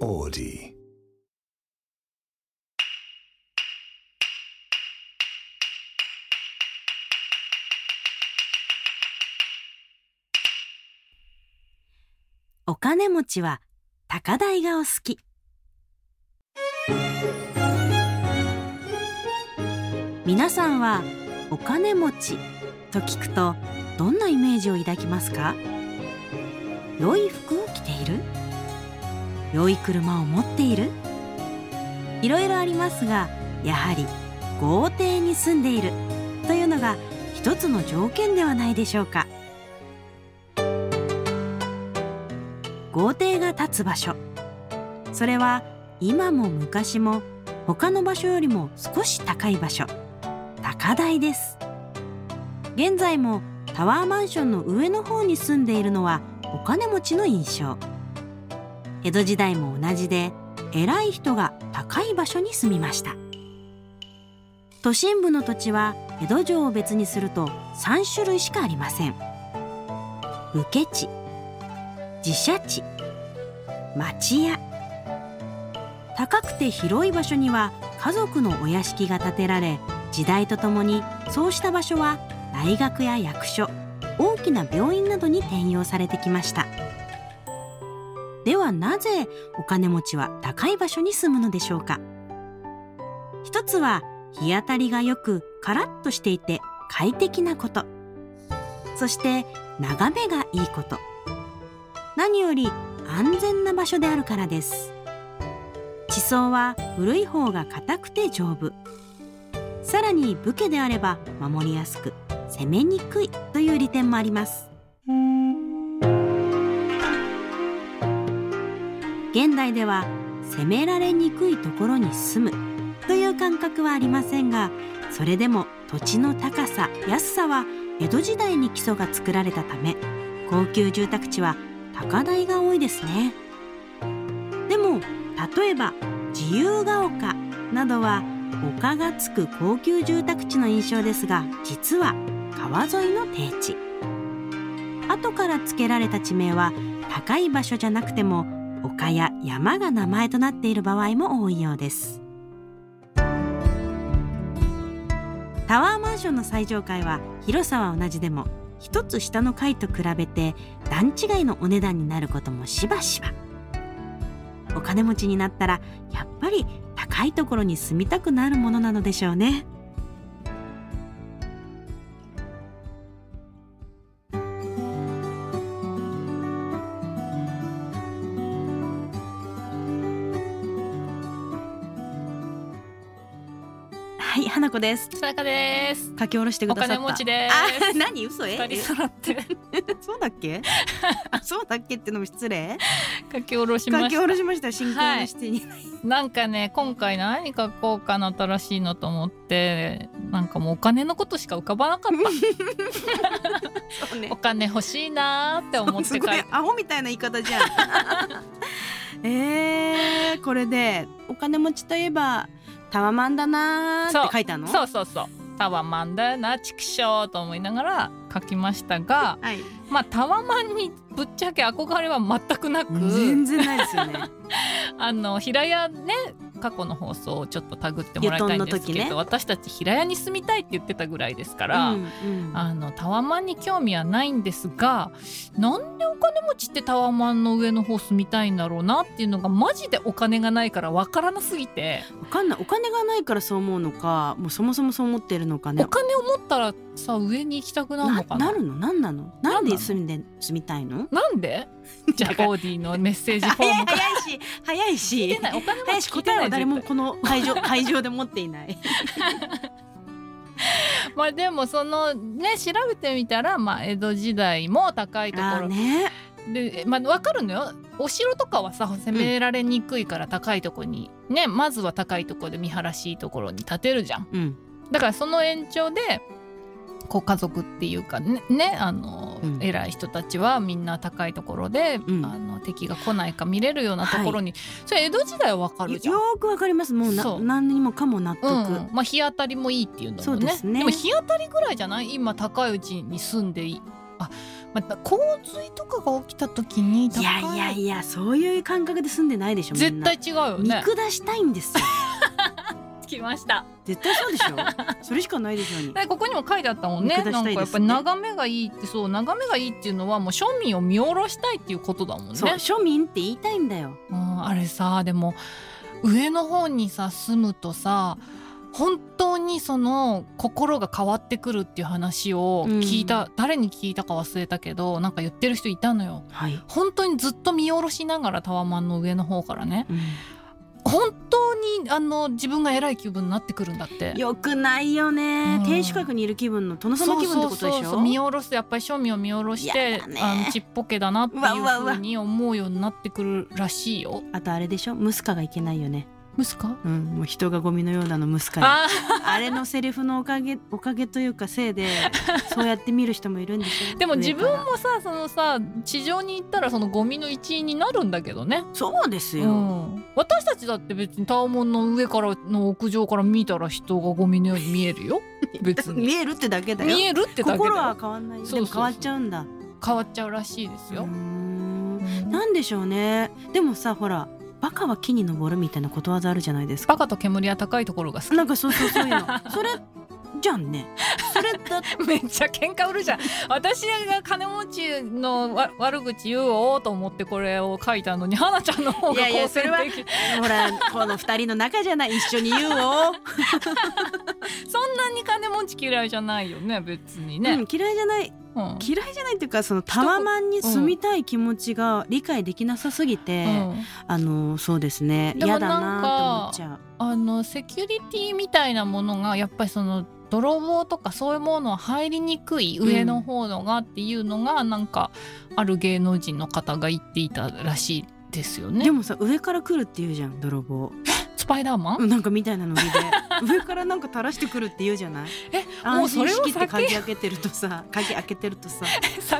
Audi. お金持ちは高台がお好き。皆さんはお金持ちと聞くとどんなイメージを抱きますか良い服を着ている良い車を持っているいろいろありますがやはり豪邸に住んでいるというのが一つの条件ではないでしょうか豪邸が建つ場所それは今も昔も他の場所よりも少し高い場所高台です現在もタワーマンションの上の方に住んでいるのはお金持ちの印象江戸時代も同じで偉い人が高い場所に住みました都心部の土地は江戸城を別にすると3種類しかありません武家地自社地町屋高くて広い場所には家族のお屋敷が建てられ時代とともにそうした場所は大学や役所大きな病院などに転用されてきましたではなぜお金持ちは高い場所に住むのでしょうか一つは日当たりがよくカラッとしていて快適なことそして眺めがいいこと何より安全な場所であるからです地層は古い方が硬くて丈夫さらに武家であれば守りやすく攻めにくいという利点もあります現代では攻められにくいところに住むという感覚はありませんがそれでも土地の高さ安さは江戸時代に基礎が作られたため高級住宅地は高台が多いですねでも例えば自由が丘などは丘がつく高級住宅地の印象ですが実は川沿いの低地後から付けられた地名は高い場所じゃなくても丘や山が名前となっている場合も多いようですタワーマンションの最上階は広さは同じでも一つ下の階と比べて段違いのお値段になることもしばしばお金持ちになったらやっぱり高いところに住みたくなるものなのでしょうねはい花子ですさやかです。書き下ろしてくおださった金持ちであ何嘘えす。二人揃ってそうだっ けそうだっけってのも失礼書き下ろし書まきし下ろた。しました真剣にしてに、なんかね今回何書こうかな新しいのと思ってなんかもうお金のことしか浮かばなかっそうねた。お金欲しいなーって思って書すいごいアホみたいな言い方じゃん えー、これでお金持ちといえばタワマンだなーって書いたのそうそうそう。タワマンだよな畜生と思いながら書きましたが、はい、まあタワマンにぶっちゃけ憧れは全くなく、全然ないですよねあの平屋ね過去の放送をちょっとタグってもらいたいんですけゆとんの時ねど、私たち平屋に住みたいって言ってたぐらいですから、うんうんあのタワマンに興味はないんですがなんでお金持ちってタワマンの上の方住みたいんだろうなっていうのがマジでお金がないからわからなすぎて、わかんないお金がないからそう思うのかもうそもそもそう思ってるのかねお金を持ったらさ上に行きたくなるのかなるのなんなのなんで住んで住みたいのなんでじゃだかあらオーディのメッセージ フ早ォーいムが早いし早い聞いしてないお金持林ち聞いて答えなはい誰絶も対この会場 会場で持っていない。まあでもそのね調べてみたら、まあ、江戸時代も高いとこあろーね、で、まあ、分かるのよお城とかはさ攻められにくいから高いとこに、ねまずは高いとこで見晴らしいところに建てるじゃんうん、だからその延長でこう家族っていうかねねあの、うん偉い人たちはみんな高いところで、うんあの敵が来ないか見れるようなところに、それ江戸時代は分かよるじゃん。ーくわかります。もうなそう何にもかも納う得。んうんまあ、日当たりもいいっていうのそもうでねすねも日当たりぐらいじゃない今高いうちに住んでいいあ、ままた洪水とかが起きた時に高いやいやいやそういう感覚で住んでないでしょみん絶な対違うよ見ね下したいんです よきました絶対そうでしょそれしかないでしょうにでここにも書いてあったもんね見下なしたんかいやでっすぱねり眺めがいいってそう眺めがいいっていうのはもう庶民を見下ろしたいっていうことだもんね そう庶民って言いたいんだようんあれさでも上の方にさ住むとさ本当にその心が変わってくるっていう話を聞いた、誰に聞いたか忘れたけどなんか言ってる人いたのよはい、本当にずっと見下ろしながらタワマンの上の方からねう本当にあの自分が偉い気分になってくるんだってん、よくないよね、うん天守閣にいる気分の殿様気分ってことでしょそうそうそうそう見下ろすやっぱり庶民を見下ろしてやだねあのちっぽけだなっていううわうわうわふうに思うようになってくるらしいよ。あとあれでしょムスカがいけないよね息 子うんもう人がゴミのようなのムスカあああれのセリフのおかげ おかげというかせい でそうやって見る人もいるんでしょでも自分上からもさそのさ地上に行ったらそのゴミの一員になるんだけどね、そうですうよ、ん、私たちだって別にタワマンの上からの屋上から見たら人がゴミのよう に見えるよ別に見えるってだけだよ見えるってだけで心は変わんないよそうそうそでもう変わっちゃうんだ変わっちゃうらしいですうーよ、んうんなんでしょうねでもさほらバカは木に登るみたいなことわざあるじゃないですかバカと煙は高いところが好きなんかそうそうそうい うのそれじゃんねそれだめっちゃ喧嘩売るじゃん私が金持ちのわ悪口言おうと思ってこれを書いたのに花ちゃんの方がいやいや好戦それは的ほらこの二人の仲じゃない一緒に言うを、そんなに金持ち嫌いじゃないよね別にうね、ん、嫌いじゃないうんうん嫌いじゃないっていうかそのタワマンに住みたい気持ちが理解できなさすぎて、あのそうですねでも嫌だなーって思っちゃあのセキュリティみたいなものがやっぱりその泥棒とかそういうものは入りにくい上の方のがっていうのがなんかある芸能人の方が言っていたらしいですよう、ね。でもさ上から来るって言うじゃん泥棒スパイダーマン、なんかみたいなノリで 上からなんか垂らしてくるって言うじゃないえもう安そ心れしをきって避鍵け開けてると さ鍵開けてるとさ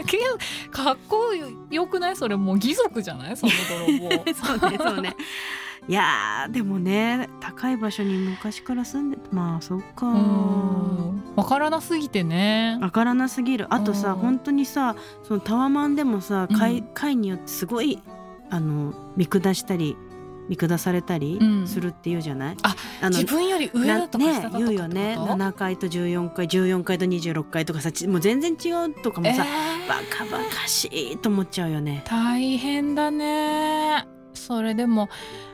避けようかっこよくないそれもう義足じゃないその泥 棒そうねそうねいやーでもね高い場所に昔から住んでまあそっかうーんわからなすぎてねわからなすぎるあとさうん本当にさそのタワマンでもさう階ん階によってすごいあの見下したり見下されたりうんするっていうじゃない、ああ自分より上だとか下だとかってことね言うよね7階と14階14階と26階とかさちもう全然違うとかもえさ、ーバカバカしいと思っちゃうよね。大変だねそれでも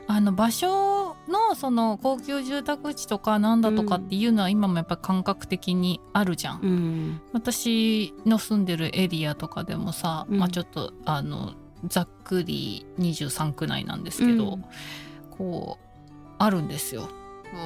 あの場所のその高級住宅地とかなんだとかっていうのは今もやっぱり感覚的にあるじゃん、うん、私の住んでるエリアとかでもさ、うんまあちょっとあのざっくり23区内なんですけど、うんこうあるんですよ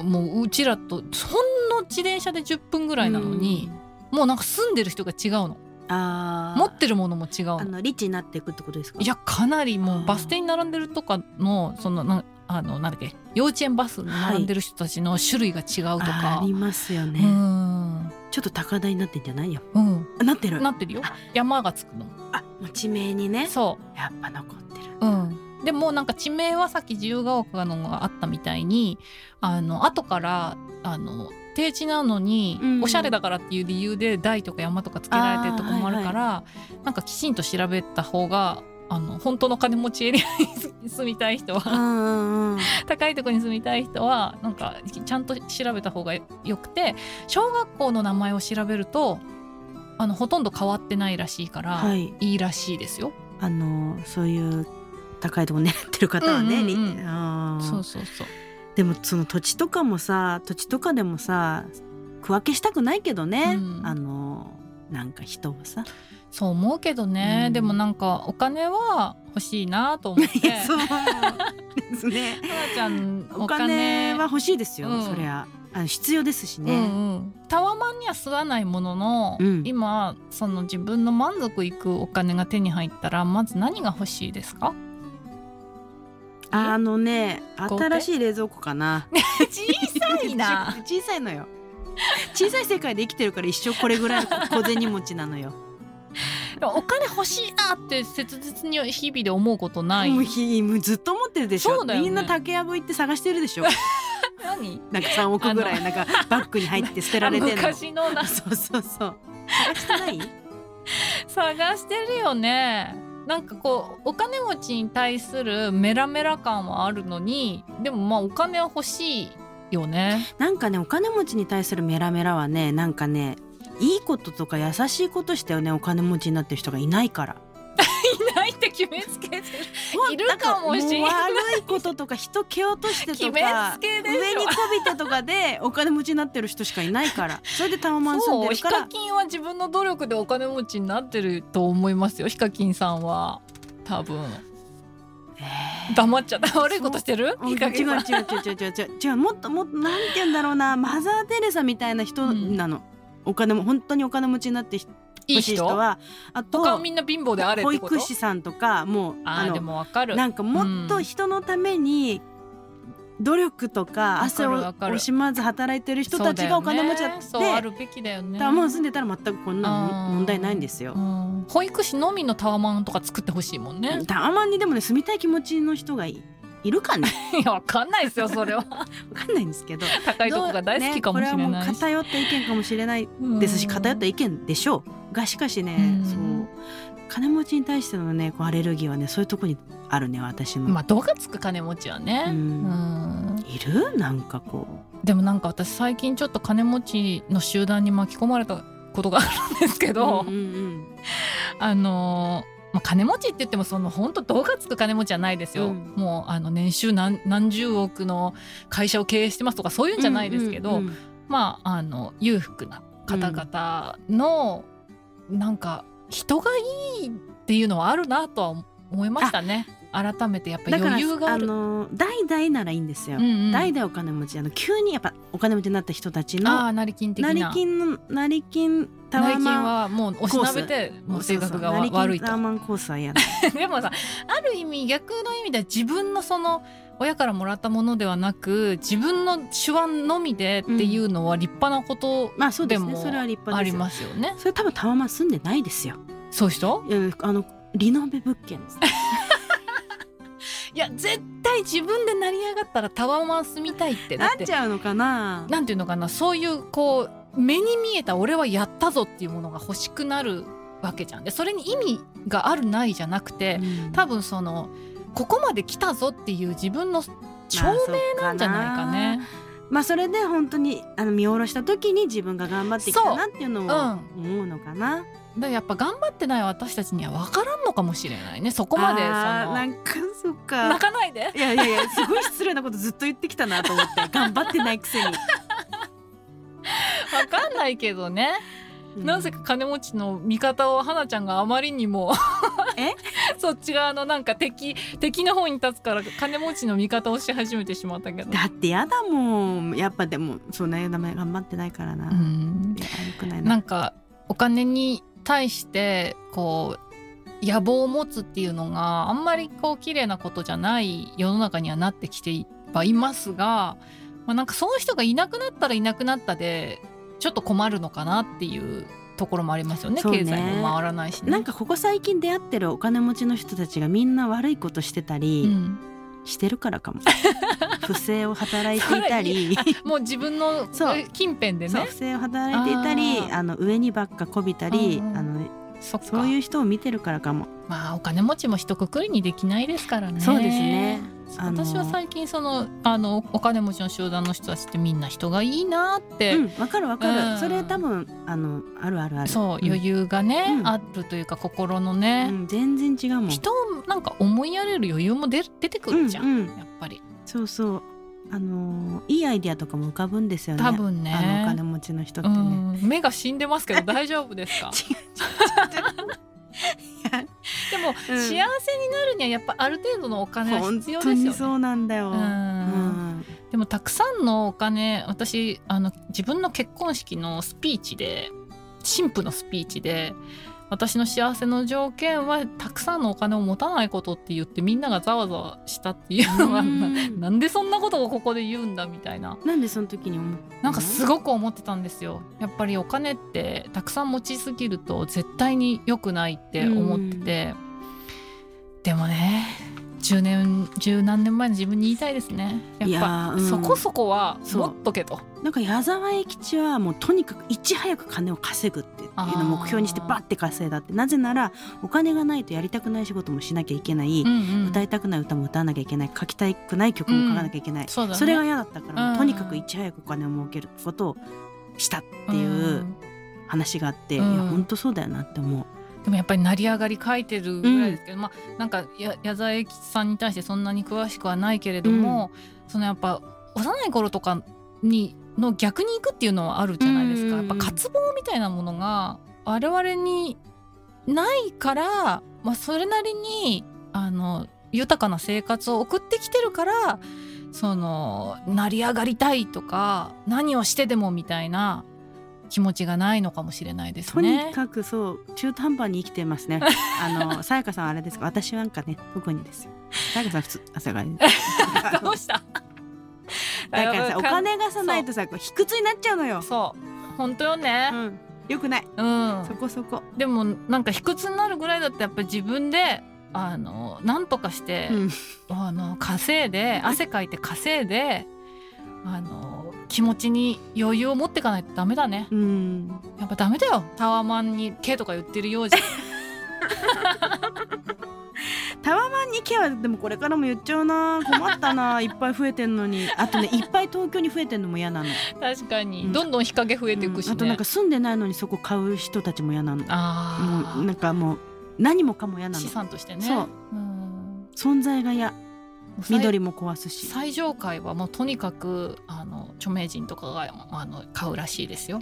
もううちらとほんの自転車で10分ぐらいなのに、もうなんか住んでる人が違うのうん、あー持ってるものも違うのあのリッチになっていくってことですかいやかなりもあーうバス停に並んでるとかのそのなあのなんだっけ幼稚園バスに並んでる人たちの種類が違うとか、あーありますようね、んちょっと高台になってんじゃないようんなってるなってるよあ山がつくのあもう地名にねそやっぱ残ってるううんでもなんか地名はさっき自由が丘のがあったみたいにあの後からあの低地なのに、うんおしゃれだからっていう理由で台とか山とかつけられてるとこもあるから、なんかきちんと調べた方があの本当の金持ちエリアに住みたい人は うんうんうん高いとこに住みたい人はなんかちゃんと調べた方がよくて小学校の名前を調べるとあのほとんど変わってないらしいから、、はいいいらしいですよ。あのそういう高いとこ狙ってる方はね、うんうんうんリあーそうそうそう。でもその土地とかもさ土地とかでもさ区分けしたくないけどね、うんあのなんか人をさ、そう思うけどね、うんでもなんかお金は欲しいなと 思ってそはうですねなちゃんお金は欲しいですよ、うんそりゃあの必要ですしうね、んうん、タワマンには吸わないものの、うん今その自分の満足いくお金が手に入ったらまず何が欲しいですかあのね豪邸新しい冷蔵庫かな小さいな 小さいのよ小さい世界で生きてるから一生これぐらい小銭持ちなのよで もお金欲しいなって切実に日々で思うことないもうひもうずっと持ってるでしょそうだよねみんな竹やぶ行って探してるで しょ何なんか3億ぐらいなんかバッグに入って捨てられてんの昔のな そうそうそう。探してない？探してるよねなんかこうお金持ちに対するメラメラ感はあるのにでもまあお金は欲しいよね なんかねお金持ちに対するメラメラはねなんかねいいこととか優しいことしたよねお金持ちになってる人がいないから。いないって決めつけてる いるかもしれないんかもう悪いこととか人蹴落として 決とめかつけでしょ上にこびてとかでお金持ちになってる人しかいないからそれでタワマン住んそでうるヒかカらキンは自分の努力でお金持ちになってると思いますよヒカキンさんは多分え黙っちゃった悪いことしてるーヒカキ違ンうさん違う違う違う違う違うもっともっとなんて言うんだろうなマザー・テレサみたいな人なの、お金も本当にお金持ちになってほしいいい人人はあと他はみんな貧乏であれっ保てこと育士さんとかもうああーでのもわかるなんかもっと人のために努力とか汗をわかるわかる惜しまず働いてる人たちがお金持ちだってそうだよねそうあるべきだよねタワマン住んでたら全くこんなうのん問題ないんですよう。ん保育士のみのタワマンとか作ってほしいもんねタワマンにでもね住みたい気持ちの人がいいるかね いやわかんないですよそれはわかんないんですけど高いとこが大好きかもしれどうねこれはなもういし偏った意見かもしれないですし偏った意見でしょうがしかしね、うんそう金持ちに対してのねこうアレルギーはねそういうとこにあるね私の。まあどがつく金持ちはねううんんいるなんかこでもなんか私最近ちょっと金持ちの集団に巻き込まれたことがあるんですけう。ど、うんうんうんあのーまあ金持ちって言ってもその本当どうがつく金持ちじゃないですよ、うんもうあの年収何何十億の会社を経営してますとかそういうんじゃないですけうど、んうんうんまああの裕福な方々の、なんか人がいいっていうのはあるなとは思いましたね改めてやっぱだから余裕があある。の代々ならいいんですよ、うんうん代々お金持ちあの急にやっぱお金持ちになった人たちあのあ成金的な成金の成金タ成ワ金マンはもうおしなべてもう性格がそうわそう悪い成金と タワマンコースは嫌だでもさある意味逆の意味では自分のその親からもらったものではなく自分の手腕のみでっていうのは立派なことまあそうですねでもそれは立派でありすよますよね。それ多分タワマン住んでないですよそういう人うんあのリノベ物件 ですいや絶対自分で成り上がったらタワマン住みたいってだなっってちゃうのかななんていうのかなそういうこう目に見えた俺はやったぞっていうものが欲しくなるわけじゃん。でそれに意味があるないじゃなくて、うん多分そのここまで来たぞっていう自分の証まあ明なんじゃないかね。そうかなまあそれで本当にあの見下ろした時に自分が頑張ってきたなっていうのを思うのかな、だからやっぱ頑張ってない私たちには分からんのかもしれないねそこまでそのあーなんかそっか泣かないでいやいやいやすごい失礼なことずっと言ってきたなと思って 頑張ってないくせに、分かんないけどね、なぜか金持ちの味方を花ちゃんがあまりにもえ そっち側のなんか敵敵の方に立つから金持ちの味方をし始めてしまったけどだってやだもんやっぱでもそうねダメ頑張ってないからな、ういんやよくないななんかお金に対してこう野望を持つっていうのがあんまりこう綺麗なことじゃない世の中にはなってきてはいますが、まあ、なんかその人がいなくなったらいなくなったでちょっと困るのかなっていうところもありますよねそうね経済も回らないしね。なんかここ最近出会ってるお金持ちの人たちがみんな悪いことしてたうり、んしてるから かも不正を働いていたりもう自分のそうえ近辺でそうね不正を働いていたりあーあの上にばっかこびたり、うんうんあのそっかそういう人を見てるからかも、まあお金持ちも一括りにできないですからね。そうですねあの私は最近そのあのお金持ちの集団の人たちってみんな人がいいなって、うんわかるわかる、うんそれ多分あのあるあるあるそうん余裕がね、うんあるというか心のねう、ん、全然違うもん人をなんか思いやれる余裕も出出てくるじゃん、うんうんやっぱりそうそうあのーいいアイディアとかも浮かぶんですよね多分ねあのお金持ちの人ってうね、ん、目が死んでますけど大丈夫です か違で うも、ん幸せになるにはやっぱある程度のお金は本必要当ですよにねそうなんだよ、ううんんでもたくさんのお金私あの自分の結婚式のスピーチで新婦のスピーチで私の幸せの条件はたくさんのお金を持たないことって言ってみんながざわざわしたっていうのがうんな なんでそんなことをここで言うんだみたいななんでその時に思ったのなんかすごく思ってたんですよやっぱりお金ってたくさん持ちすぎると絶対に良くないって思っててでもね10年十何年前の自分に言いたいですねいやっぱやーうんそこそこは持っとけとなんか矢沢永吉はもうとにかくいち早く金を稼ぐっていうのを目標にしてあーバッて稼いだってなぜならお金がないとやりたくない仕事もしなきゃいけない、うんうん歌いたくない歌も歌わなきゃいけない書きたくない曲も書かなきゃいけない、そうだねれが嫌だったから、うんとにかくいち早くお金を儲けることをしたっていう話があって、うんいや本当そうだよなって思う。でもやっぱり成り上がり書いてるぐらいですけど、まあなんかや矢沢永吉さんに対してそんなに詳しくはないけれども、そのやっぱ幼い頃とかにの逆に行くっていうのはあるじゃないですか、うんやっぱ渇望みたいなものが我々にないから、まあ、それなりにあの豊かな生活を送ってきてるからその成り上がりたいとか何をしてでもみたいな気持ちがないのかもしれないですとね。にかくそう中途半端に生きてます ね。あのさやかさんはあれですか私なんかね特にですよ。さやかさん普通 朝 がどう しただからさお金がそさうないとさこう卑屈になっちゃうの よ。そう本当ようね、ん、よくない。うんそこそこ。でもなんか卑屈になるぐらいだってやっぱり自分であのなんとかして、うんあの稼いで汗かいて稼いであの気持ちに余裕を持っていかないとダメだねうん。やっぱダメだよタワマンに「K」とか言ってるようじゃ タワマンに行けはでもこれからも言っちゃうな困ったな いっぱい増えてんのにあとねいっぱい東京に増えてんのも嫌なの、確かに、うんどんどん日陰増えていくし、ねうんあとなんか住んでないのにそこ買う人たちも嫌なのあもうーなんかもう何もかも嫌なの資産としてねそうん存在が嫌緑も壊すし最上階はもうとにかくあの著名人とかがあの買うらしいですよ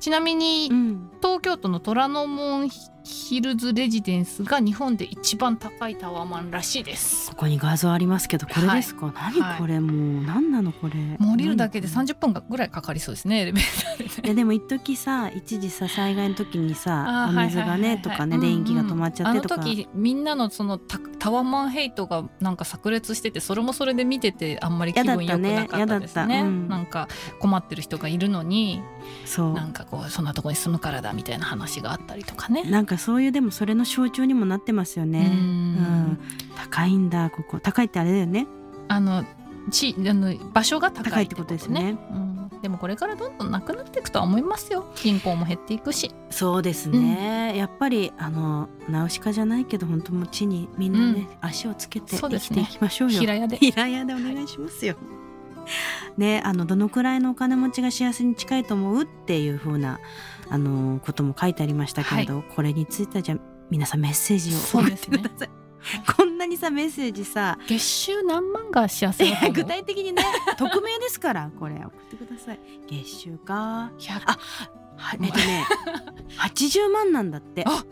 ちなみに、うん東京都の虎ノ門ヒルズレジデンスが日本で一番高いタワマンらしいですここに画像ありますけどこれですか、何これもう何なのこれもう降りるだけで何30分ぐらいかかりそうですねエレベーターでねいやでも一時さ一時さ災害の時にさあおー水がはいはいはいはねいとかねうんうん電気が止まっちゃってとかあの時みんなのそのタタワマンヘイトがなんか炸裂しててそれもそれで見ててあんまり気分良くなかったですねやだったねやだったうんなんか困ってる人がいるのにそうなんかこうそんなとこに住むからだみたいな話があったりとかねなんかそういうでもそれの象徴にもなってますよね。ううんん、高いんだここ高いってあれだよね。あのちあの場所が高いってこと高いってことでですすねねうん、でもこれからどんどんなくなっていくとは思いますよ人口も減っていくしそうですね。やっぱりあのナウシカじゃないけど本当もう地にみんなね、足をつけてそう生できすてねいきましょうよ。平屋で平屋でお願いしますよ。ね、あのどのくらいのお金持ちが幸せに近いと思うっていう風なあのことも書いてありましたけれど、これについてはじゃあ皆さんメッセージを送って ください。こんなにさメッセージさ月収何万が幸せいだとや思具う体的にね匿名ですからこれ送ってください月収か100あはえっと ね80万なんだってあ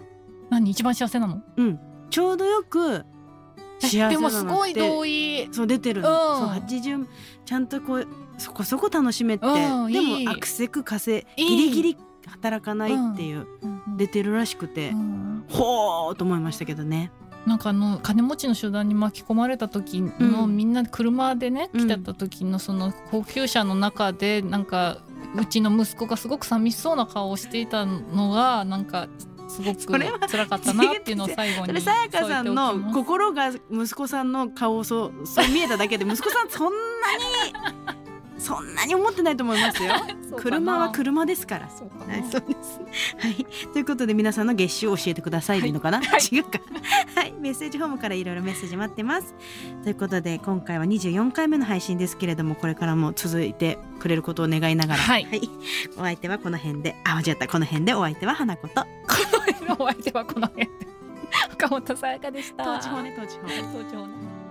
何一番幸せなのうんちょうどよく幸せだなってでもすごい同意そう出てるの、うんそう80ちゃんとこうそこそこ楽しめって、うんでいいもアクセク稼いいギいリギリ働かないっていう、出てるらしくて、うんほーと思いましたけどねなんかあの金持ちの集団に巻き込まれた時の、うんみんな車でねうん来てた時のその高級車の中でなんかうちの息子がすごく寂しそうな顔をしていたのがなんかすごくそれは辛かったなっていうのを最後そにれさやかさん添えておきまのす心が息子さんの顔をそうそう見えただけで息子さんそんな にそんなに思ってないと思いますよそうかな車は車ですからそうかなはい、 そうです。はい、ということで、皆さんの月収を教えてくださいでいいのかな、はい違うか。 はい、メッセージフォームからいろいろメッセージ待ってます。ということで、今回は24回目の配信ですけれども、これからも続いてくれることを願いながら。はい お相手はこの辺で、あ、間違った、この辺でお相手は花子と。お相手はこの辺で岡本さやかでした東地方ね、東地方。東地方ね